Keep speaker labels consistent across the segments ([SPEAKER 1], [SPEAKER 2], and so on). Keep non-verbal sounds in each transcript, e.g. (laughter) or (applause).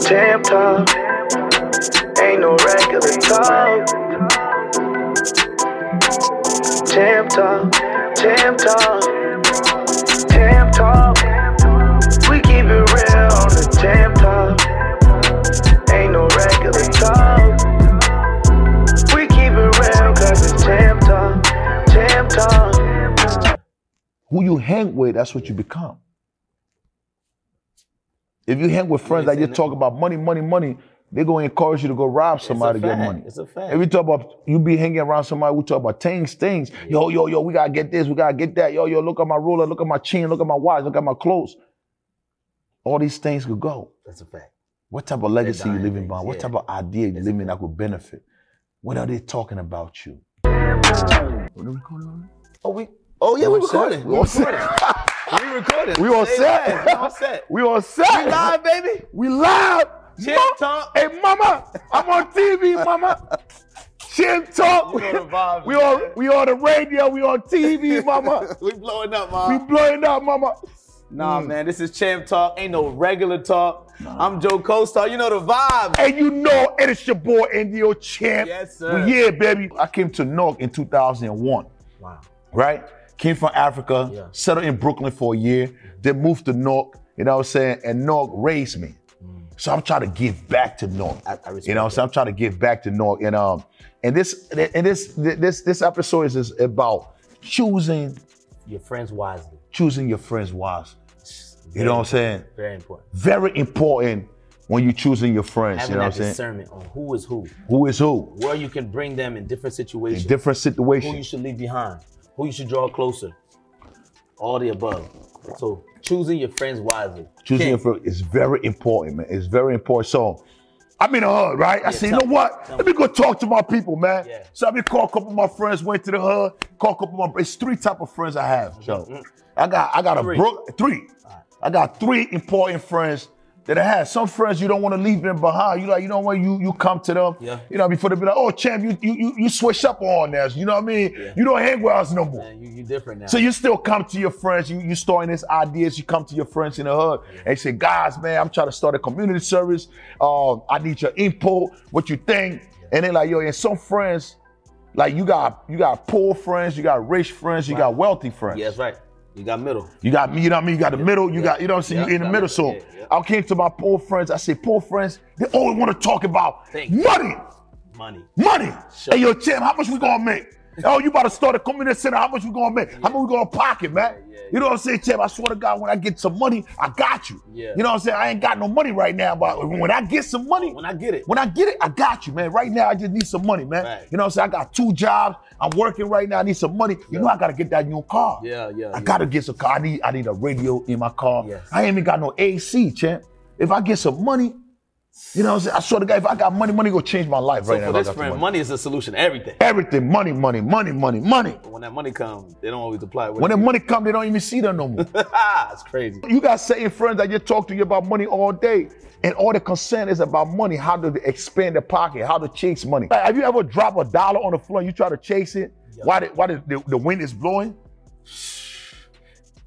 [SPEAKER 1] champ talk. Ain't no regular talk. Champ talk, champ talk, champ talk. We keep it real on the champ talk. Ain't no regular talk. We keep it real cause it's champ talk, champ talk.
[SPEAKER 2] Who you hang with, that's what you become. If you hang with friends
[SPEAKER 3] Yes,
[SPEAKER 2] that just
[SPEAKER 3] and-
[SPEAKER 2] talk about money, money, money, they're gonna encourage you to go rob somebody
[SPEAKER 3] it's
[SPEAKER 2] to
[SPEAKER 3] a
[SPEAKER 2] get
[SPEAKER 3] fact.
[SPEAKER 2] money.
[SPEAKER 3] It's a fact.
[SPEAKER 2] If you talk about you be hanging around somebody, we talk about things, things. Yo, yo, yo, we gotta get this, we gotta get that. Yo, yo, look at my ruler, look at my chain, look at my watch, look at my clothes. All these things could go.
[SPEAKER 3] That's a fact.
[SPEAKER 2] What type of legacy you
[SPEAKER 3] dying
[SPEAKER 2] living
[SPEAKER 3] things,
[SPEAKER 2] by? What
[SPEAKER 3] yeah.
[SPEAKER 2] type of idea you living that would benefit? What are they talking about you?
[SPEAKER 3] Oh, we. Oh yeah,
[SPEAKER 2] We
[SPEAKER 3] we
[SPEAKER 2] on set?
[SPEAKER 3] recording.
[SPEAKER 2] We
[SPEAKER 3] We
[SPEAKER 2] on set? (laughs)
[SPEAKER 3] recording. we recording.
[SPEAKER 2] We on
[SPEAKER 3] Say
[SPEAKER 2] set.
[SPEAKER 3] less. We on set.
[SPEAKER 2] (laughs) We
[SPEAKER 3] (laughs)
[SPEAKER 2] on set.
[SPEAKER 3] We live, baby.
[SPEAKER 2] We live.
[SPEAKER 3] Champ talk.
[SPEAKER 2] Hey, mama, I'm on TV, mama. Champ talk.
[SPEAKER 3] You know the vibes,
[SPEAKER 2] (laughs) we on
[SPEAKER 3] man.
[SPEAKER 2] we on the radio. We on TV,
[SPEAKER 3] (laughs)
[SPEAKER 2] mama.
[SPEAKER 3] We mm. blowing up,
[SPEAKER 2] we
[SPEAKER 3] mom.
[SPEAKER 2] blowing up, mama.
[SPEAKER 3] Nah, man, this is champ talk. Ain't no regular talk. I'm Joe Costar. You know the vibes.
[SPEAKER 2] And you know it is your boy Indio Champ.
[SPEAKER 3] Yes, sir.
[SPEAKER 2] yeah, baby. I came to Newark in 2001.
[SPEAKER 3] Wow.
[SPEAKER 2] right? Came from Africa,
[SPEAKER 3] Yeah.
[SPEAKER 2] settled in Brooklyn for a year, then moved to Newark, you know what I'm saying? And Newark raised me. So I'm trying to give back to Newark.
[SPEAKER 3] Mm. I- I respect
[SPEAKER 2] you know, so I'm trying to give back to Newark. And um, and this and this this this episode is, is about choosing
[SPEAKER 3] Your friends wisely.
[SPEAKER 2] choosing your friends wisely. You know what I'm saying?
[SPEAKER 3] Very important.
[SPEAKER 2] Very important when you're choosing your friends.
[SPEAKER 3] Having
[SPEAKER 2] you know
[SPEAKER 3] that
[SPEAKER 2] what I'm saying?
[SPEAKER 3] discernment on who is who,
[SPEAKER 2] Who is who?
[SPEAKER 3] where you can bring them in different situations,
[SPEAKER 2] In different
[SPEAKER 3] who you
[SPEAKER 2] situations.
[SPEAKER 3] should leave behind, who you should draw closer, all the above. So choosing your friends wisely.
[SPEAKER 2] Choosing
[SPEAKER 3] King,
[SPEAKER 2] your friends is very important, man. It's very important. So I'm in the hood, right? I
[SPEAKER 3] Yeah,
[SPEAKER 2] said, you
[SPEAKER 3] tell
[SPEAKER 2] know
[SPEAKER 3] me,
[SPEAKER 2] what?
[SPEAKER 3] tell
[SPEAKER 2] Let me go talk to my people, man.
[SPEAKER 3] Yeah.
[SPEAKER 2] So I be call a couple of my friends, went to the hood, call a couple of my it's three type of friends I have, Joe. I got I got
[SPEAKER 3] Mm-hmm, Three.
[SPEAKER 2] a brook three. I got three important friends that I had. Some friends you don't want to leave them behind. You like, you know what, you you come to them,
[SPEAKER 3] Yeah.
[SPEAKER 2] you know, before they be like, oh champ, you you you, you switch up on us. You know what I mean? You don't hang with us no more.
[SPEAKER 3] Man, you, you different now.
[SPEAKER 2] So you still come to your friends, you you starting this ideas, you come to your friends in the hood and say, guys, man, I'm trying to start a community service. Um, I need your input, what you think. And then like, yo, and some friends, like you got you got poor friends, you got rich friends, you got wealthy friends.
[SPEAKER 3] yeah, that's right. You got middle.
[SPEAKER 2] You got me, you know what I mean? You got the middle, you got, you know what I'm saying?
[SPEAKER 3] Yeah,
[SPEAKER 2] you in the
[SPEAKER 3] got
[SPEAKER 2] middle.
[SPEAKER 3] it.
[SPEAKER 2] So
[SPEAKER 3] Yeah, yeah.
[SPEAKER 2] I came to my poor friends, I said, poor friends, they always want to talk about
[SPEAKER 3] Thank you.
[SPEAKER 2] money.
[SPEAKER 3] Money.
[SPEAKER 2] Money.
[SPEAKER 3] Sure.
[SPEAKER 2] Hey, yo, Tim, how much we gonna
[SPEAKER 3] (laughs)
[SPEAKER 2] make? Oh, you about to start a community center. How much we gonna make? How much we gonna pocket, man?
[SPEAKER 3] Yeah, yeah,
[SPEAKER 2] You know what I'm saying, Tim? I swear to God, when I get some money, I got you.
[SPEAKER 3] Yeah.
[SPEAKER 2] You know what I'm saying? I ain't got no money right now, but when I get some money,
[SPEAKER 3] When I get it.
[SPEAKER 2] when I get it, I got you, man. Right now, I just need some money, man.
[SPEAKER 3] Right.
[SPEAKER 2] You know what I'm saying? I got two jobs. I'm working right now. I need some money. You know, I gotta get that new car.
[SPEAKER 3] Yeah, yeah,
[SPEAKER 2] I
[SPEAKER 3] yeah.
[SPEAKER 2] gotta get some car. I need, I need a radio in my car.
[SPEAKER 3] Yes.
[SPEAKER 2] I ain't even got no AC, champ. If I get some money, you know what I'm saying? I swear to God, if I got money, money gonna change my life
[SPEAKER 3] So
[SPEAKER 2] right now.
[SPEAKER 3] for
[SPEAKER 2] if I
[SPEAKER 3] this
[SPEAKER 2] got some
[SPEAKER 3] friend, money. is the solution. to Everything.
[SPEAKER 2] Everything, money, money, money, money, money.
[SPEAKER 3] But when that money comes, they don't always apply. it. Ah,
[SPEAKER 2] When the money come, they don't even see them no
[SPEAKER 3] (laughs)
[SPEAKER 2] more.
[SPEAKER 3] it's crazy.
[SPEAKER 2] you got certain friends that you talk to you about money all day, and all the concern is about money, how to expand the pocket, how to chase money. Like, have you ever dropped a dollar on the floor and you try to chase it? Why, the, why the, the, the wind is blowing?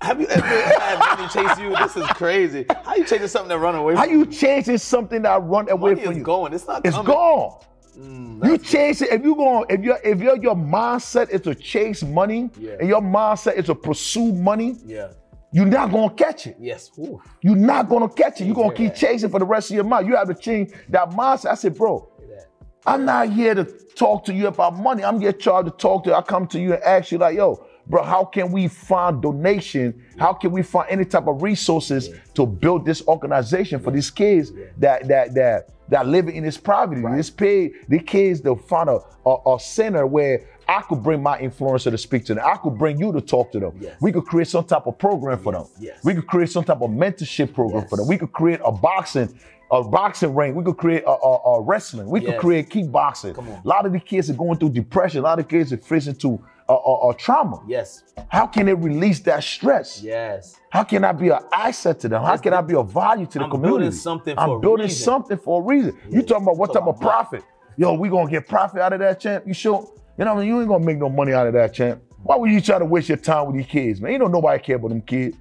[SPEAKER 3] Have you ever had money chase you? This is crazy. How you chasing something that run away?
[SPEAKER 2] How
[SPEAKER 3] from you?
[SPEAKER 2] you chasing something that run away
[SPEAKER 3] Money
[SPEAKER 2] from
[SPEAKER 3] is
[SPEAKER 2] you?
[SPEAKER 3] going. It's not
[SPEAKER 2] It's
[SPEAKER 3] coming.
[SPEAKER 2] gone.
[SPEAKER 3] Mm,
[SPEAKER 2] you chase it if you going if your if your your mindset is to chase money
[SPEAKER 3] Yeah.
[SPEAKER 2] and your mindset is to pursue money,
[SPEAKER 3] Yeah.
[SPEAKER 2] you're not gonna catch it.
[SPEAKER 3] Yes. Ooh.
[SPEAKER 2] You're not gonna catch it. You're gonna
[SPEAKER 3] Yeah.
[SPEAKER 2] keep chasing for the rest of your life. You have to change that mindset. I said, bro,
[SPEAKER 3] that.
[SPEAKER 2] I'm not here to talk to you about money. I'm here charged to talk to you. I come to you and ask you, like, yo, bro, how can we find donation? How can we find any type of resources to build this organization for these kids that that that that living in this poverty? This paid, the kids to find a, a, a center where I could bring my influencer to speak to them. I could bring you to talk to them.
[SPEAKER 3] Yes.
[SPEAKER 2] We could create some type of program for them.
[SPEAKER 3] yes.
[SPEAKER 2] We could create some type of mentorship program for them.
[SPEAKER 3] Yes.
[SPEAKER 2] We could create a boxing, a boxing ring. We could create a, a, a wrestling. We could
[SPEAKER 3] Yes.
[SPEAKER 2] create kickboxing.
[SPEAKER 3] Come on.
[SPEAKER 2] A lot of the kids are going through depression. A lot of kids are facing to uh, uh, uh, trauma.
[SPEAKER 3] Yes.
[SPEAKER 2] How can they release that stress?
[SPEAKER 3] Yes.
[SPEAKER 2] How can I be an asset to them? How can I be of value to the
[SPEAKER 3] I'm building
[SPEAKER 2] community?
[SPEAKER 3] something
[SPEAKER 2] I'm
[SPEAKER 3] for a
[SPEAKER 2] building
[SPEAKER 3] reason.
[SPEAKER 2] something for a reason. You talking about what
[SPEAKER 3] Talking
[SPEAKER 2] type of
[SPEAKER 3] about
[SPEAKER 2] profit? Yo, we gonna get profit out of that champ? You sure? You know what I mean? You ain't gonna make no money out of that champ. Why would you try to waste your time with these kids, man? You don't nobody care about them kids.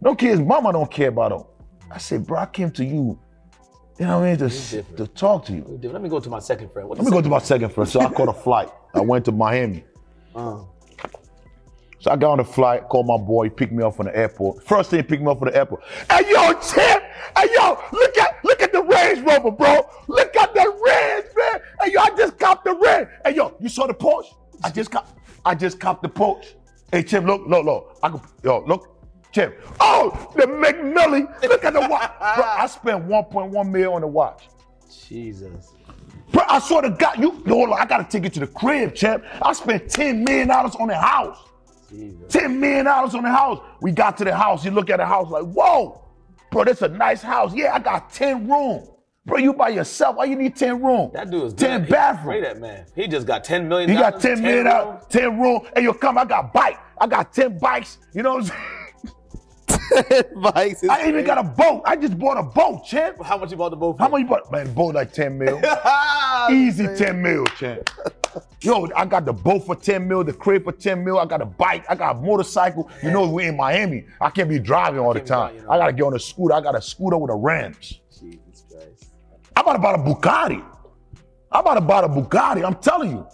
[SPEAKER 2] No kids, mama don't care about them. I said, bro, I came to you You know what I mean? Just to talk to you.
[SPEAKER 3] Dude, let me go to my second friend. What
[SPEAKER 2] Let me go to my second friend. So I caught a flight. I went to Miami.
[SPEAKER 3] Oh,
[SPEAKER 2] So I got on the flight, called my boy, he picked me up from the airport. First thing he picked me up from the airport. Hey yo, Chip! Hey yo, look at look at the Range Rover, bro. Look at that Range, man. Hey yo, I just copped the Range. Hey yo, you saw the Porsche? I just cop I just copped the Porsche. Hey Chip, look, look, look. I could, yo, look. Chip. Oh, the McMillie. Look at the watch. bro, I spent 1.1 million on the watch.
[SPEAKER 3] Jesus.
[SPEAKER 2] Bro, I swear to God, you, yo, look, I gotta take it to the crib, champ. I spent $10 million on the house.
[SPEAKER 3] Jesus.
[SPEAKER 2] $10 million on the house. We got to the house. You look at the house like, whoa, bro, that's a nice house. Yeah, I got 10 rooms. Bro, you by yourself. Why you need 10 rooms?
[SPEAKER 3] That dude is
[SPEAKER 2] 10
[SPEAKER 3] good. He- Pray
[SPEAKER 2] bathrooms.
[SPEAKER 3] that man. He just got ten million.
[SPEAKER 2] You got 10
[SPEAKER 3] 10
[SPEAKER 2] million
[SPEAKER 3] (laughs) rooms.
[SPEAKER 2] out, 10 room, and you come, I got bike. I got 10 bikes. You know what I'm saying?
[SPEAKER 4] Bikes is
[SPEAKER 2] (laughs) I even got a boat. I just bought a boat, champ.
[SPEAKER 3] How much you bought the boat for?
[SPEAKER 2] How much you bought? Man, boat like 10 mil.
[SPEAKER 4] Ah,
[SPEAKER 2] Easy 10 mil, champ. Yo, I got the boat for 10 mil, the crib for 10 mil, I got a bike, I got a motorcycle. You know, we in Miami. I can't be driving all the
[SPEAKER 3] can't be
[SPEAKER 2] time.
[SPEAKER 3] driving, you know.
[SPEAKER 2] I gotta get on a scooter. I got a scooter with a Rams.
[SPEAKER 3] (laughs) Jesus Christ.
[SPEAKER 2] I'm about to buy a Bugatti. I'm about to buy a Bugatti. I'm telling you.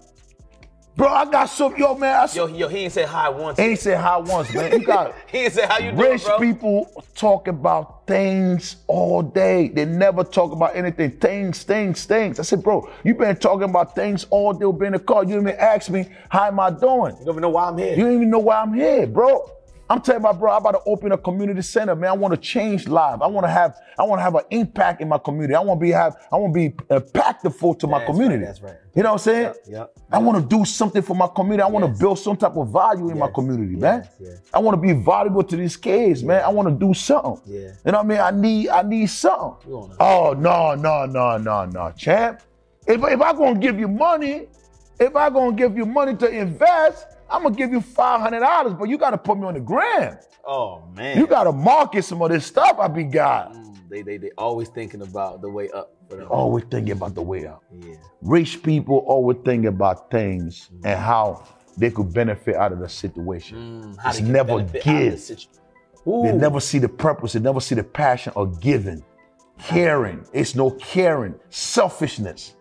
[SPEAKER 2] Bro, I got some, yo, man. I
[SPEAKER 3] Yo, he- yo, he ain't said hi once.
[SPEAKER 2] ain't said how once, man. You got
[SPEAKER 3] he ain't said how you doing,
[SPEAKER 2] Rich
[SPEAKER 3] bro.
[SPEAKER 2] people talk about things all day. They never talk about anything. Things, things, things. I said, bro, you been talking about things all day. Been in the car. You didn't even ask me how am I doing.
[SPEAKER 3] You don't even know why I'm here.
[SPEAKER 2] You don't even know why I'm here, bro. I'm telling my bro, I'm about to open a community center, man. I want to change lives. I want to have, I want to have an impact in my community. I want to be have, I want to be impactful to my
[SPEAKER 3] That's right,
[SPEAKER 2] community.
[SPEAKER 3] that's right.
[SPEAKER 2] You know what I'm saying?
[SPEAKER 3] yep.
[SPEAKER 2] I want to do something for my community. I want
[SPEAKER 3] Yes.
[SPEAKER 2] to build some type of value in my
[SPEAKER 3] Yes,
[SPEAKER 2] community,
[SPEAKER 3] yes,
[SPEAKER 2] man.
[SPEAKER 3] yes.
[SPEAKER 2] I want to be valuable to these kids, man. I want to do something.
[SPEAKER 3] Yeah.
[SPEAKER 2] You know what I mean? I need, I need something.
[SPEAKER 3] You wanna-
[SPEAKER 2] Oh no, no, no, no, no, champ. If if I gonna give you money, if I gonna give you money to invest, I'm gonna give you five hundred dollars, but you gotta put me on the gram.
[SPEAKER 3] Oh man.
[SPEAKER 2] You gotta market some of this stuff I be got.
[SPEAKER 3] Mm, They they they always thinking about the way up for them.
[SPEAKER 2] Always thinking about the way out.
[SPEAKER 3] Yeah.
[SPEAKER 2] Rich people always think about things and how they could benefit out of the situation.
[SPEAKER 3] Mm, how
[SPEAKER 2] It's
[SPEAKER 3] they can
[SPEAKER 2] never
[SPEAKER 3] benefit out of
[SPEAKER 2] give.
[SPEAKER 3] the situ-
[SPEAKER 2] They
[SPEAKER 3] Ooh.
[SPEAKER 2] never see the purpose. They never see the passion of giving, caring. It's no caring, selfishness.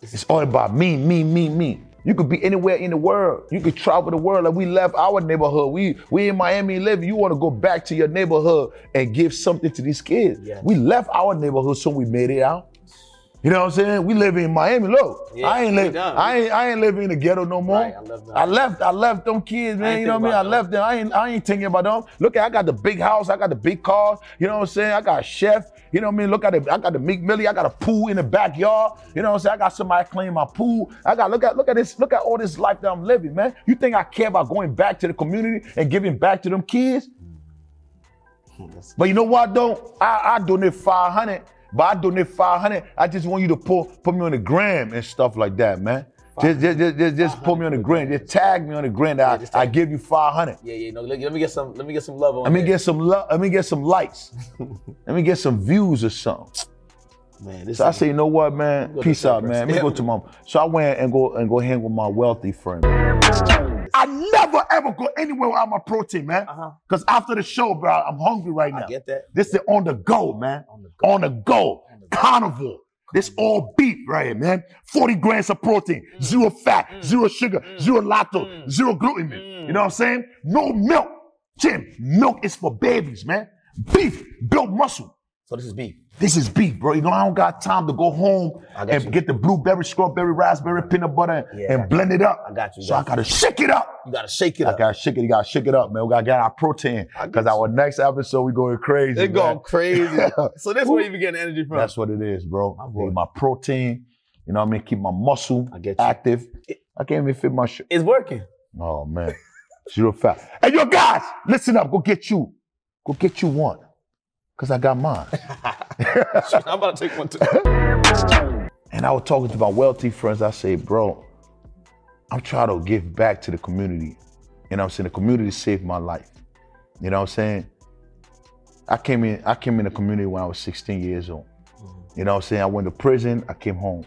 [SPEAKER 2] It's all about me, me, me, me. You could be anywhere in the world. You could travel the world. Like we left our neighborhood. We we in Miami living. You want to go back to your neighborhood and give something to these kids.
[SPEAKER 3] Yes.
[SPEAKER 2] We left our neighborhood, so we made it out. You know what I'm saying? We live in Miami. Look,
[SPEAKER 3] Yeah,
[SPEAKER 2] I ain't
[SPEAKER 3] we
[SPEAKER 2] live.
[SPEAKER 3] done.
[SPEAKER 2] I ain't I ain't living in the ghetto no more.
[SPEAKER 3] Right, I left that.
[SPEAKER 2] I left. I left them kids, man.
[SPEAKER 3] ain't
[SPEAKER 2] You know
[SPEAKER 3] think
[SPEAKER 2] what I mean? I
[SPEAKER 3] about
[SPEAKER 2] left them. I ain't. I ain't thinking about them. Look, I got the big house. I got the big car. You know what I'm saying? I got a chef. You know what I mean? Look at it. I got the Meek Millie. I got a pool in the backyard. You know what I'm saying? I got somebody clean my pool. I got look at look at this. Look at all this life that I'm living, man. You think I care about going back to the community and giving back to them kids? But you know what? I don't. I, I donate 500, but I donate 500. I just want you to pull, put me on the gram and stuff like that, man. Just, just, just, just, just put me on the gram. Just tag me on the gram. That
[SPEAKER 3] just
[SPEAKER 2] I,
[SPEAKER 3] tag
[SPEAKER 2] I give you 500.
[SPEAKER 3] Yeah, yeah. No, let, let me get some. Let me get some love on.
[SPEAKER 2] Let me
[SPEAKER 3] that.
[SPEAKER 2] get some love. Let me get some
[SPEAKER 3] (laughs)
[SPEAKER 2] likes. let me get some views or something.
[SPEAKER 3] Man, this
[SPEAKER 2] So I
[SPEAKER 3] is-
[SPEAKER 2] say, you know what, man?
[SPEAKER 3] Go to
[SPEAKER 2] Peace
[SPEAKER 3] the
[SPEAKER 2] out, man. Let me
[SPEAKER 3] Yeah.
[SPEAKER 2] go to my. So I went and go and go hang with my wealthy friend. I never ever go anywhere without my protein, man.
[SPEAKER 3] Uh-huh.
[SPEAKER 2] Because after the show, bro, I'm hungry right now.
[SPEAKER 3] I get that.
[SPEAKER 2] This is on the go, man.
[SPEAKER 3] On the go.
[SPEAKER 2] On the go. Carnivore. This all beef right here, man. 40 grams of protein,
[SPEAKER 3] Mm.
[SPEAKER 2] zero fat, zero sugar, zero lactose, zero gluten. man.
[SPEAKER 3] Mm.
[SPEAKER 2] You know what I'm saying? No milk. Jim, milk is for babies, man. Beef, build muscle.
[SPEAKER 3] So this is beef.
[SPEAKER 2] This is beef, bro. You know, I don't got time to go home
[SPEAKER 3] I
[SPEAKER 2] and
[SPEAKER 3] got you.
[SPEAKER 2] get the blueberry, strawberry, raspberry, peanut butter
[SPEAKER 3] Yeah, I
[SPEAKER 2] and
[SPEAKER 3] got
[SPEAKER 2] blend it up.
[SPEAKER 3] I got you,
[SPEAKER 2] So
[SPEAKER 3] got
[SPEAKER 2] I gotta shake it up.
[SPEAKER 3] You gotta shake it
[SPEAKER 2] I
[SPEAKER 3] up.
[SPEAKER 2] gotta shake it. You gotta shake it up, man. We gotta get our protein. Because our next episode, we going crazy.
[SPEAKER 4] they're
[SPEAKER 2] man.
[SPEAKER 4] going crazy.
[SPEAKER 2] (laughs)
[SPEAKER 4] so that's where you be getting energy from.
[SPEAKER 2] That's what it is, bro.
[SPEAKER 3] My
[SPEAKER 2] My,
[SPEAKER 3] boy.
[SPEAKER 2] my protein, you know what I mean? Keep my muscle
[SPEAKER 3] I get you.
[SPEAKER 2] active. I can't even fit my shirt.
[SPEAKER 3] It's working. (laughs)
[SPEAKER 2] Oh, man. (laughs) Zero fat. Hey, yo, guys, listen up. Go get you. Go get you one. Because I got mine.
[SPEAKER 4] I'm about to take one too.
[SPEAKER 2] and I was talking to my wealthy friends. I say, bro, I'm trying to give back to the community. You know what I'm saying? The community saved my life. You know what I'm saying? I came in, I came in the community when I was 16 years old. You know what I'm saying? I went to prison, I came home.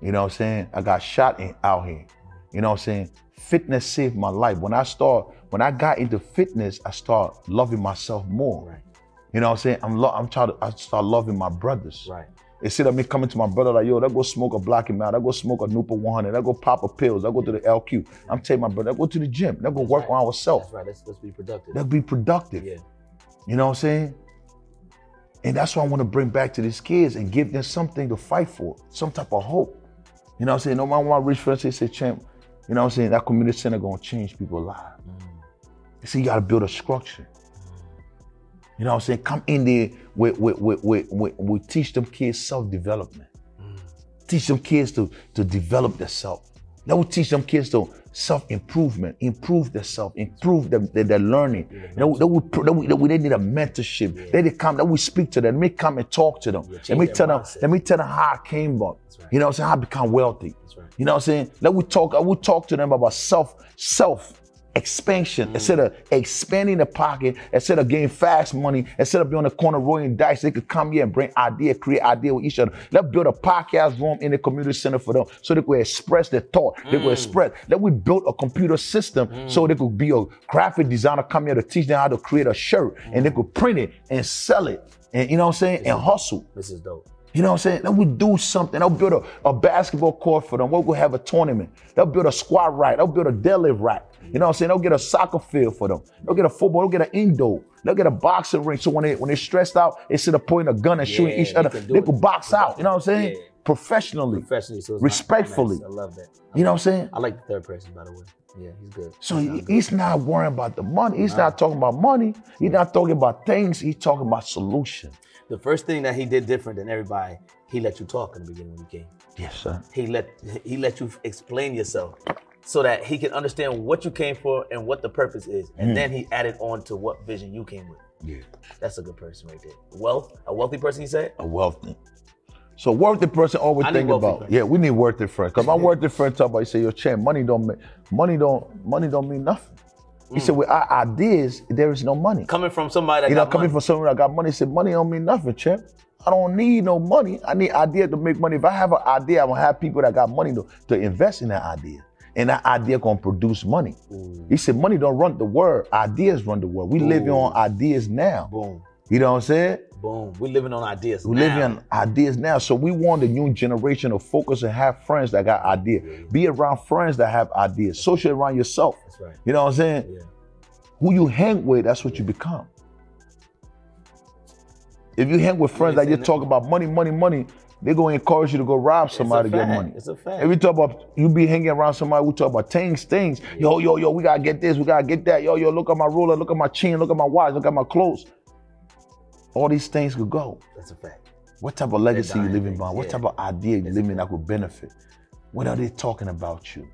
[SPEAKER 2] You know what I'm saying? I got shot in, out here. You know what I'm saying? Fitness saved my life. When I start, when I got into fitness, I start loving myself more.
[SPEAKER 3] Right.
[SPEAKER 2] You know what I'm saying? I'm lo- I'm trying to I start loving my brothers.
[SPEAKER 3] Right.
[SPEAKER 2] Instead of me coming to my brother like, yo, let go smoke a block and out, I go smoke a Nupa 100, I go pop a pills, I go to the LQ. I'm telling my brother, I go to the gym, let go work on ourselves.
[SPEAKER 3] That's right. Let's let's be productive.
[SPEAKER 2] Let's be productive.
[SPEAKER 3] Yeah.
[SPEAKER 2] You know what I'm saying? And that's what I want to bring back to these kids and give them something to fight for, some type of hope. You know what I'm saying? No matter what my rich friends say, say, champ, you know what I'm saying? That community center gonna change people's lives. You see, you gotta build a structure. You know what I'm saying? Come in there with with with with, with, with teach them kids self-development. Teach them kids to to develop themselves. That will teach them kids to self-improvement, improve themselves, improve them, their, their learning. That will- that will- that will- that will- they need a mentorship. They need to come, that we speak to them, let me come and talk to them.
[SPEAKER 3] change
[SPEAKER 2] let me
[SPEAKER 3] their
[SPEAKER 2] tell them,
[SPEAKER 3] mindset.
[SPEAKER 2] let me tell them how I came up.
[SPEAKER 3] right.
[SPEAKER 2] You know what I'm saying? How I become wealthy.
[SPEAKER 3] That's right.
[SPEAKER 2] You know what I'm saying? Let we talk. I will talk to them about self self expansion instead of expanding the pocket instead of getting fast money instead of being on the corner rolling dice they could come here and bring idea create idea with each other let's build a podcast room in the community center for them so they could express their thought they could express that we built a computer system so they could be a graphic designer come here to teach them how to create a shirt and they could print it and sell it and you know what i'm saying and hustle
[SPEAKER 3] This is dope.
[SPEAKER 2] you know what I'm saying? They'll do something. They'll build a, a basketball court for them. We'll go have a tournament. They'll build a squat rack. They'll build a deadlift rack. You know what I'm saying? They'll get a soccer field for them. They'll get a football. They'll get an indoor. They'll get a boxing ring. So when they when they're stressed out, instead of pointing a gun and shooting
[SPEAKER 3] Yeah,
[SPEAKER 2] each other,
[SPEAKER 3] they can do
[SPEAKER 2] they
[SPEAKER 3] it.
[SPEAKER 2] could box out. You know what I'm saying?
[SPEAKER 3] Yeah.
[SPEAKER 2] Professionally.
[SPEAKER 3] Professionally, so it's not-
[SPEAKER 2] Respectfully.
[SPEAKER 3] nice. I love that.
[SPEAKER 2] You know what I'm saying?
[SPEAKER 3] I like the third person, by the way. Yeah, he's good. Um,
[SPEAKER 2] So
[SPEAKER 3] He's not
[SPEAKER 2] he-
[SPEAKER 3] good.
[SPEAKER 2] he's not worrying about the money. He's not talking about money. He's not talking about things. He's talking about solution.
[SPEAKER 3] the first thing that he did different than everybody, he let you talk in the beginning when you came.
[SPEAKER 2] Yes, sir.
[SPEAKER 3] He let he let you explain yourself so that he could understand what you came for and what the purpose is,
[SPEAKER 2] Hmm.
[SPEAKER 3] and then he added on to what vision you came with.
[SPEAKER 2] Yeah.
[SPEAKER 3] That's a good person right there. Wealth, a wealthy person, he said.
[SPEAKER 2] a wealthy. So worthy person always
[SPEAKER 3] I need
[SPEAKER 2] think
[SPEAKER 3] wealthy
[SPEAKER 2] about.
[SPEAKER 3] friends.
[SPEAKER 2] Yeah, we need worthy friends. Cause my worthy friend talk about. He say, "Yo, champ, money don't make, money don't money don't mean nothing." He
[SPEAKER 3] Mm.
[SPEAKER 2] said, "With our ideas, there is no money."
[SPEAKER 3] Coming from somebody that
[SPEAKER 2] you know,
[SPEAKER 3] got
[SPEAKER 2] coming
[SPEAKER 3] money.
[SPEAKER 2] from someone that got money, he said, "Money don't mean nothing, champ. I don't need no money. I need idea to make money. If I have an idea, I'm gonna have people that got money to, to invest in that idea, and that idea gonna produce money."
[SPEAKER 3] Mm.
[SPEAKER 2] He said, "Money don't run the world. Ideas run the world. We living on ideas now.
[SPEAKER 3] boom,
[SPEAKER 2] You know what I'm saying?"
[SPEAKER 3] boom. We're living on ideas.
[SPEAKER 2] We
[SPEAKER 3] now.
[SPEAKER 2] live in ideas now. So we want the new generation to focus and have friends that got ideas. Be around friends that have ideas. Social around yourself.
[SPEAKER 3] That's right.
[SPEAKER 2] You know what I'm saying?
[SPEAKER 3] Yeah.
[SPEAKER 2] Who you hang with, that's what you become. If you hang with friends that you
[SPEAKER 3] and-
[SPEAKER 2] talk about money, money, money, they're gonna encourage you to go rob
[SPEAKER 3] It's a
[SPEAKER 2] somebody to get
[SPEAKER 3] fact.
[SPEAKER 2] money.
[SPEAKER 3] It's a fact.
[SPEAKER 2] If you talk about you be hanging around somebody, we talk about things, things. Yo, yo, yo, we gotta get this, we gotta get that. Yo, yo, look at my ruler, look at my chin, look at my watch, look at my clothes. All these things could go.
[SPEAKER 3] That's a fact.
[SPEAKER 2] What type of legacy you
[SPEAKER 3] dying
[SPEAKER 2] living
[SPEAKER 3] things,
[SPEAKER 2] by? What
[SPEAKER 3] yeah. Mm.
[SPEAKER 2] type of idea you living that could benefit? What are they talking about you?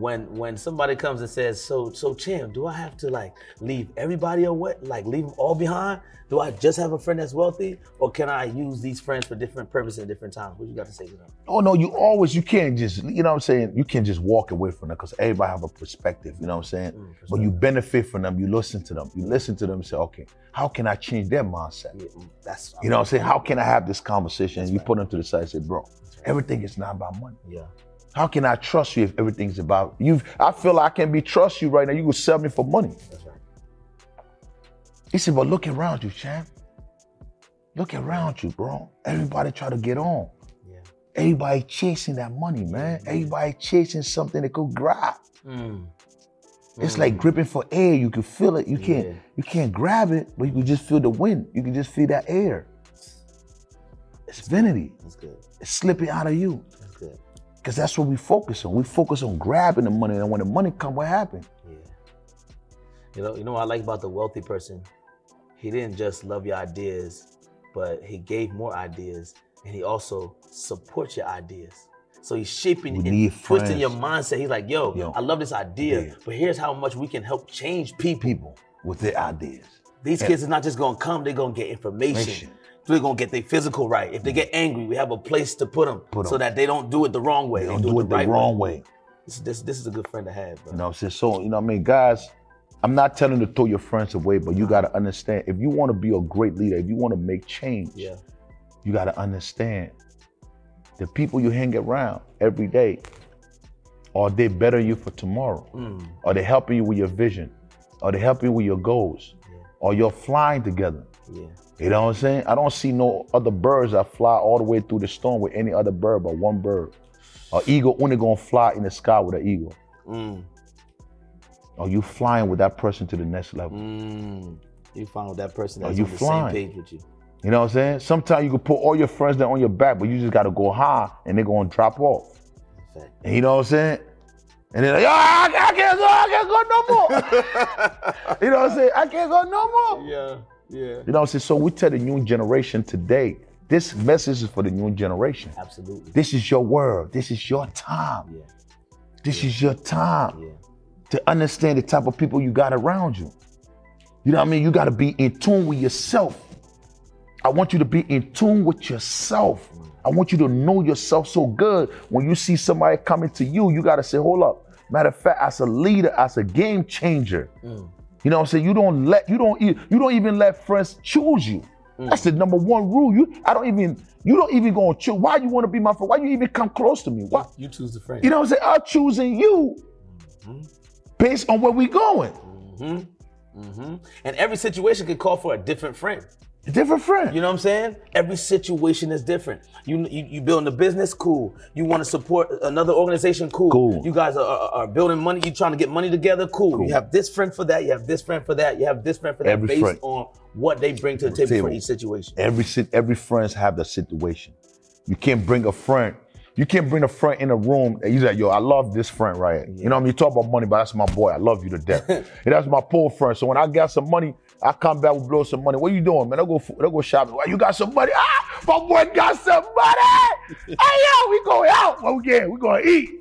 [SPEAKER 3] when when somebody comes and says, "So so Cham, do I have to like leave everybody away, like leave them all behind? Do I just have a friend that's wealthy, or can I use these friends for different purposes at different times?" What you got to say to them?
[SPEAKER 2] Oh no, you always you can't just you know what I'm saying. You can't just walk away from them because everybody have a perspective. You know what I'm saying.
[SPEAKER 3] Mm,
[SPEAKER 2] but you benefit from them. You listen to them. You listen to them and say, okay, how can I change their mindset?
[SPEAKER 3] Yeah, mm, that's
[SPEAKER 2] You know what I'm saying. How can I have this conversation? And you put them to the side and say, bro, everything is not about money.
[SPEAKER 3] yeah,
[SPEAKER 2] How can I trust you if everything's about you? I feel like I can be trust you right now. You could sell me for money.
[SPEAKER 3] that's right.
[SPEAKER 2] He said, but look around you, champ. Look around you, bro. Everybody try to get on.
[SPEAKER 3] Yeah.
[SPEAKER 2] Everybody chasing that money, man. Everybody chasing something they could grab.
[SPEAKER 3] Mm,
[SPEAKER 2] It's like gripping for air. You can feel it. You can't
[SPEAKER 3] Yeah.
[SPEAKER 2] you can't grab it, but you can just feel the wind. You can just feel that air. It's vanity.
[SPEAKER 3] that's good.
[SPEAKER 2] It's slipping out of you.
[SPEAKER 3] That's good.
[SPEAKER 2] Because that's what we focus on. We focus on grabbing the money. And when the money come, what happened?
[SPEAKER 3] Yeah. You know, you know what I like about the wealthy person? He didn't just love your ideas, but he gave more ideas and he also supports your ideas. So he's shaping
[SPEAKER 2] We
[SPEAKER 3] and
[SPEAKER 2] need
[SPEAKER 3] twisting your
[SPEAKER 2] friends.
[SPEAKER 3] mindset. He's like, yo,
[SPEAKER 2] Yo.
[SPEAKER 3] I love this idea,
[SPEAKER 2] Yeah.
[SPEAKER 3] but here's how much we can help change people.
[SPEAKER 2] People with their ideas.
[SPEAKER 3] These kids is not just gonna come, they're gonna get information.
[SPEAKER 2] Information. Mm.
[SPEAKER 3] They're gonna get their physical right. If they get angry, we have a place to put them
[SPEAKER 2] Put 'em.
[SPEAKER 3] so that they don't do it the wrong way.
[SPEAKER 2] They don't do it the
[SPEAKER 3] right
[SPEAKER 2] wrong way.
[SPEAKER 3] This, this, this is a good friend to have, bro.
[SPEAKER 2] You know what I'm saying? So, you know what I mean? Guys, I'm not telling you to throw your friends away, but you gotta understand if you wanna be a great leader, if you wanna make change,
[SPEAKER 3] Yeah.
[SPEAKER 2] you gotta understand the people you hang around every day, are they better you for tomorrow? Are they helping you with your vision? Are they helping you with your goals? Are you flying together?
[SPEAKER 3] Yeah.
[SPEAKER 2] You know what I'm saying? I don't see no other birds that fly all the way through the storm with any other bird but one bird. An eagle only gonna fly in the sky with an eagle.
[SPEAKER 3] Mm.
[SPEAKER 2] Are you flying with that person to the next level?
[SPEAKER 3] Mm. You found that person
[SPEAKER 2] Are
[SPEAKER 3] that's
[SPEAKER 2] you
[SPEAKER 3] on the
[SPEAKER 2] flying?
[SPEAKER 3] same page with you.
[SPEAKER 2] You know what I'm saying? Sometimes you can put all your friends down on your back, but you just gotta go high and they're gonna drop off.
[SPEAKER 3] In fact.
[SPEAKER 2] And you know what I'm saying? And they're like, oh, I, I can't go, I can't go no more. (laughs) you know what I'm saying? I can't go no more.
[SPEAKER 4] Yeah, yeah.
[SPEAKER 2] You know what I'm saying? So we tell the new generation today, this message is for the new generation.
[SPEAKER 3] Absolutely.
[SPEAKER 2] This is your world. This is your time.
[SPEAKER 3] Yeah.
[SPEAKER 2] This is your time
[SPEAKER 3] Yeah.
[SPEAKER 2] to understand the type of people you got around you. You know what I mean? You got to be in tune with yourself. I want you to be in tune with yourself. I want you to know yourself so good. When you see somebody coming to you, you got to say, hold up. Matter of fact, as a leader, as a game changer, you know what I'm saying? You don't let you don't e- you don't even let friends choose you. That's the number one rule. You I don't even you don't even go to choose. Why you want to be my friend? Why you even come close to me? Why?
[SPEAKER 4] You choose the friend.
[SPEAKER 2] You know what I'm saying? I'm choosing you based on where we going.
[SPEAKER 3] hmm And every situation could call for a different friend.
[SPEAKER 2] Different friend.
[SPEAKER 3] You know what I'm saying? Every situation is different. You you, you building a business, cool. You want to support another organization, cool.
[SPEAKER 2] Cool.
[SPEAKER 3] You guys are, are, are building money. You trying to get money together, cool. You have this friend for that. You have this friend for that. You have this friend for that.
[SPEAKER 2] Every
[SPEAKER 3] based
[SPEAKER 2] friend.
[SPEAKER 3] on what they bring to the table, for
[SPEAKER 2] Table.
[SPEAKER 3] each situation.
[SPEAKER 2] every sit every friends have that situation. You can't bring a friend. You can't bring a friend in a room and you like, yo, I love this friend right here. You know what I mean? You talk about money, but that's my boy. I love you to death. and that's my poor friend. So when I got some money, I come back, we blow some money. What you doing, man? I go, I go shopping. Why you got some money? Ah, my boy got some money. hey yo, we going out. Well, yeah, we gonna eat.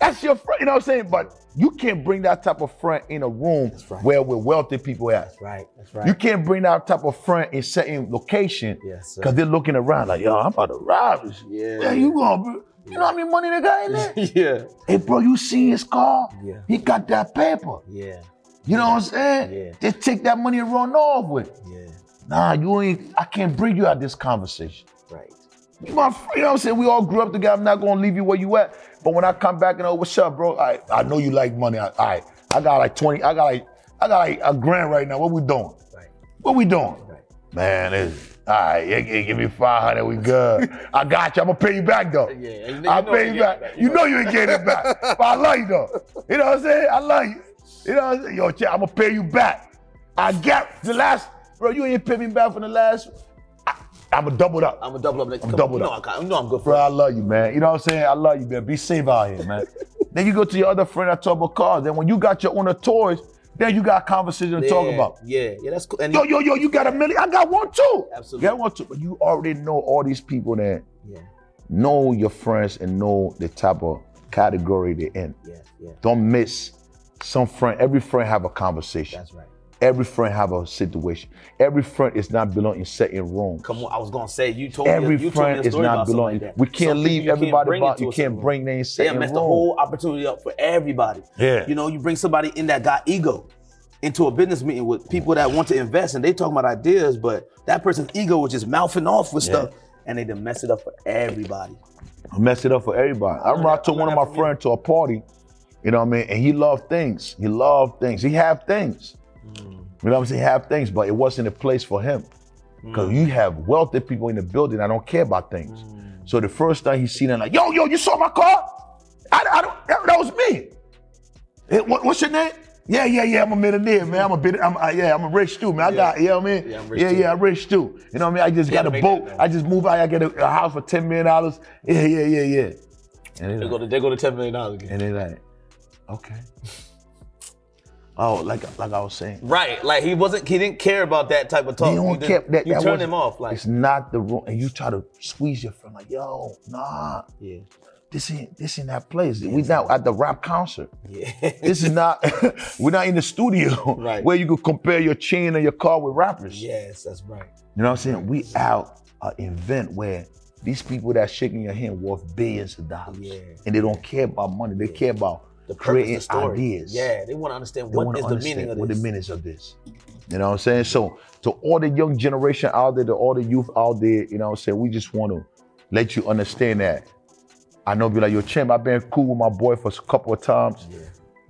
[SPEAKER 2] That's your friend. You know what I'm saying? But you can't bring that type of friend in a room
[SPEAKER 3] right.
[SPEAKER 2] where we're wealthy people at.
[SPEAKER 3] Right. That's right.
[SPEAKER 2] You can't bring that type of friend in certain location
[SPEAKER 3] Yes, sir.
[SPEAKER 2] because they're looking around like, yo, I'm about to rob this. shit.
[SPEAKER 3] Yeah.
[SPEAKER 2] Yeah, you gonna, bro. You know how many money they got in there?
[SPEAKER 3] (laughs)
[SPEAKER 4] yeah.
[SPEAKER 2] hey, bro, you see his car?
[SPEAKER 3] Yeah.
[SPEAKER 2] He got that paper.
[SPEAKER 3] yeah.
[SPEAKER 2] You know what I'm saying?
[SPEAKER 3] Yeah.
[SPEAKER 2] They take that money and run off with. it.
[SPEAKER 3] Yeah.
[SPEAKER 2] Nah, you ain't, I can't bring you out this conversation.
[SPEAKER 3] Right.
[SPEAKER 2] You my friend, you know what I'm saying? We all grew up together. I'm not gonna leave you where you at. But when I come back and oh, what's up, bro? I I know you like money. I, I I got like 20, I got like, I got like a grand right now. What we doing?
[SPEAKER 3] Right.
[SPEAKER 2] What we doing?
[SPEAKER 3] Right.
[SPEAKER 2] Man, it's, all right, yeah, yeah, give me 500, we good. I got you, I'm gonna pay you back though.
[SPEAKER 3] Yeah. and you
[SPEAKER 2] I'll
[SPEAKER 3] know
[SPEAKER 2] pay
[SPEAKER 3] you
[SPEAKER 2] you
[SPEAKER 3] get
[SPEAKER 2] back.
[SPEAKER 3] it back.
[SPEAKER 2] You know you ain't getting it back, but I love you though. You know what I'm saying? I love you. You know what I'm saying? Yo, Chad, I'm gonna pay you back. I got the last, bro, you ain't pay me back for the last, I, am gonna double it up.
[SPEAKER 3] I'm gonna double up next.
[SPEAKER 2] I'm double
[SPEAKER 3] couple- you know
[SPEAKER 2] up.
[SPEAKER 3] I, got- you know I'm good for
[SPEAKER 2] Bro, I love you, man. You know what I'm saying? I love you, man. Be safe out here,
[SPEAKER 3] (laughs)
[SPEAKER 2] man. then you go to your other friend that talk about cars. Then when you got your own toys, then you got conversation to
[SPEAKER 3] yeah.
[SPEAKER 2] talk about.
[SPEAKER 3] Yeah. Yeah. That's cool. And
[SPEAKER 2] Yo, yo, yo, you got a million. I got one too.
[SPEAKER 3] Absolutely.
[SPEAKER 2] You got one too. But you already know all these people that
[SPEAKER 3] yeah.
[SPEAKER 2] know your friends and know the type of category they're in.
[SPEAKER 3] Yeah. Yeah.
[SPEAKER 2] Don't miss some friend. Every friend have a conversation.
[SPEAKER 3] That's right.
[SPEAKER 2] Every friend have a situation. Every friend is not belong in certain room.
[SPEAKER 3] Come on, I was gonna say you told
[SPEAKER 2] Every
[SPEAKER 3] me you told me
[SPEAKER 2] friend
[SPEAKER 3] a
[SPEAKER 2] is
[SPEAKER 3] story
[SPEAKER 2] not
[SPEAKER 3] about something
[SPEAKER 2] belonging.
[SPEAKER 3] like that.
[SPEAKER 2] we can't
[SPEAKER 3] Some people
[SPEAKER 2] leave
[SPEAKER 3] you
[SPEAKER 2] everybody
[SPEAKER 3] bring
[SPEAKER 2] about
[SPEAKER 3] into
[SPEAKER 2] you
[SPEAKER 3] a
[SPEAKER 2] can't
[SPEAKER 3] certain
[SPEAKER 2] bring their certain
[SPEAKER 3] Damn, mess the
[SPEAKER 2] room.
[SPEAKER 3] whole opportunity up for everybody.
[SPEAKER 2] Yeah.
[SPEAKER 3] You know, you bring somebody in that got ego into a business meeting with people that want to invest and they talking about ideas, but that person's ego was just mouthing off with stuff and they done mess it up for everybody.
[SPEAKER 2] I mess it up for everybody. I remember I took one of my friends to a party, you know what I mean? And he loved things. He loved things. He have things.
[SPEAKER 3] Mm.
[SPEAKER 2] You know what I'm saying? He have things, but it wasn't a place for him. Because
[SPEAKER 3] Mm.
[SPEAKER 2] you have wealthy people in the building that don't care about things. So the first time he seen it, like, yo, yo, you saw my car? I, I don't, that, that was me. Hey, what- what's your name? Yeah, yeah, yeah. I'm a millionaire, man. I'm a bit. I'm, I, yeah, I'm a rich too, man. I got, you know what I mean?
[SPEAKER 3] Yeah, I'm rich
[SPEAKER 2] yeah,
[SPEAKER 3] too.
[SPEAKER 2] yeah, I'm rich too. You know what I mean? I just got
[SPEAKER 3] to
[SPEAKER 2] a
[SPEAKER 3] make
[SPEAKER 2] boat.
[SPEAKER 3] that, man.
[SPEAKER 2] I just moved out. I got a, a house for ten million dollars. Yeah, yeah, yeah, yeah. And
[SPEAKER 3] They
[SPEAKER 2] they
[SPEAKER 3] go
[SPEAKER 2] like,
[SPEAKER 3] to they go to ten million dollars again.
[SPEAKER 2] and they like,
[SPEAKER 3] (laughs)
[SPEAKER 2] okay. Oh, like like I was saying,
[SPEAKER 3] Right. Like he wasn't he didn't care about that type of talk.
[SPEAKER 2] they
[SPEAKER 3] you
[SPEAKER 2] don't
[SPEAKER 3] didn't-
[SPEAKER 2] kept that.
[SPEAKER 3] you
[SPEAKER 2] that
[SPEAKER 3] turned
[SPEAKER 2] wasn't-
[SPEAKER 3] him off. Like
[SPEAKER 2] it's not the room, and you try to squeeze your friend like, yo, nah,
[SPEAKER 3] Yeah.
[SPEAKER 2] this ain't this ain't that place. We not at the rap concert.
[SPEAKER 3] Yeah. (laughs)
[SPEAKER 2] This is not. (laughs) we're not in the studio
[SPEAKER 3] Right.
[SPEAKER 2] where you could compare your chain and your car with rappers.
[SPEAKER 3] yes, that's right.
[SPEAKER 2] You know what I'm saying? We out an event where these people that shaking your hand worth billions of dollars,
[SPEAKER 3] Yeah.
[SPEAKER 2] and they don't care about money. They care about
[SPEAKER 3] The purpose,
[SPEAKER 2] creating
[SPEAKER 3] the story.
[SPEAKER 2] ideas.
[SPEAKER 3] Yeah, they want to understand
[SPEAKER 2] They
[SPEAKER 3] what
[SPEAKER 2] wanna
[SPEAKER 3] is the meaning
[SPEAKER 2] understand
[SPEAKER 3] of
[SPEAKER 2] what the
[SPEAKER 3] this.
[SPEAKER 2] meanings of this. You know what I'm saying? So to all the young generation out there, to all the youth out there, you know what I'm saying? We just want to let you understand that. I know be like, yo, champ, I've been cool with my boy for a couple of times.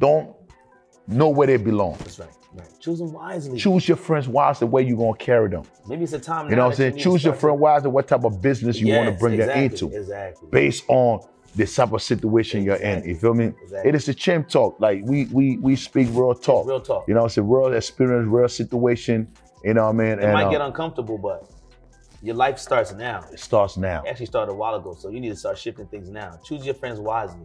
[SPEAKER 2] Don't know where they belong.
[SPEAKER 3] That's right. Choose them wisely.
[SPEAKER 2] Choose your friends wisely, the way you're gonna carry them.
[SPEAKER 3] Maybe it's a time.
[SPEAKER 2] You know what I'm saying? Choose your friend wisely, what type of business you want to bring
[SPEAKER 3] exactly,
[SPEAKER 2] them into,
[SPEAKER 3] Exactly.
[SPEAKER 2] based on the type of situation you're in.
[SPEAKER 3] Exactly.
[SPEAKER 2] You feel me?
[SPEAKER 3] Exactly.
[SPEAKER 2] It is the chimp talk. Like we we we speak real talk.
[SPEAKER 3] Real talk.
[SPEAKER 2] You know, it's a real experience, real situation. You know what I mean?
[SPEAKER 3] it
[SPEAKER 2] and
[SPEAKER 3] might
[SPEAKER 2] uh,
[SPEAKER 3] get uncomfortable, but your life starts now.
[SPEAKER 2] it starts now.
[SPEAKER 3] It actually started a while ago, so you need to start shifting things now. Choose your friends wisely.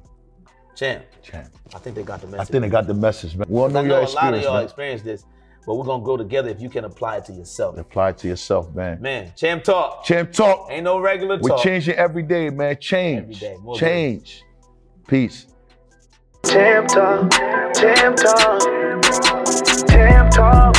[SPEAKER 3] Champ,
[SPEAKER 2] Champ.
[SPEAKER 3] I think they got the
[SPEAKER 2] I
[SPEAKER 3] message.
[SPEAKER 2] think I got the message, man. We all know
[SPEAKER 3] I know
[SPEAKER 2] your
[SPEAKER 3] a lot of
[SPEAKER 2] experience,
[SPEAKER 3] y'all
[SPEAKER 2] man.
[SPEAKER 3] experienced this, but we're gonna grow together if you can apply it to yourself.
[SPEAKER 2] Apply it to yourself, man.
[SPEAKER 3] Man, champ talk.
[SPEAKER 2] Champ talk.
[SPEAKER 3] Ain't no regular
[SPEAKER 2] We're
[SPEAKER 3] talk.
[SPEAKER 2] changing every day, man. Change.
[SPEAKER 3] Every day, more
[SPEAKER 2] Change. Peace.
[SPEAKER 1] Tam Tam, Tam Tam, Tam Tam.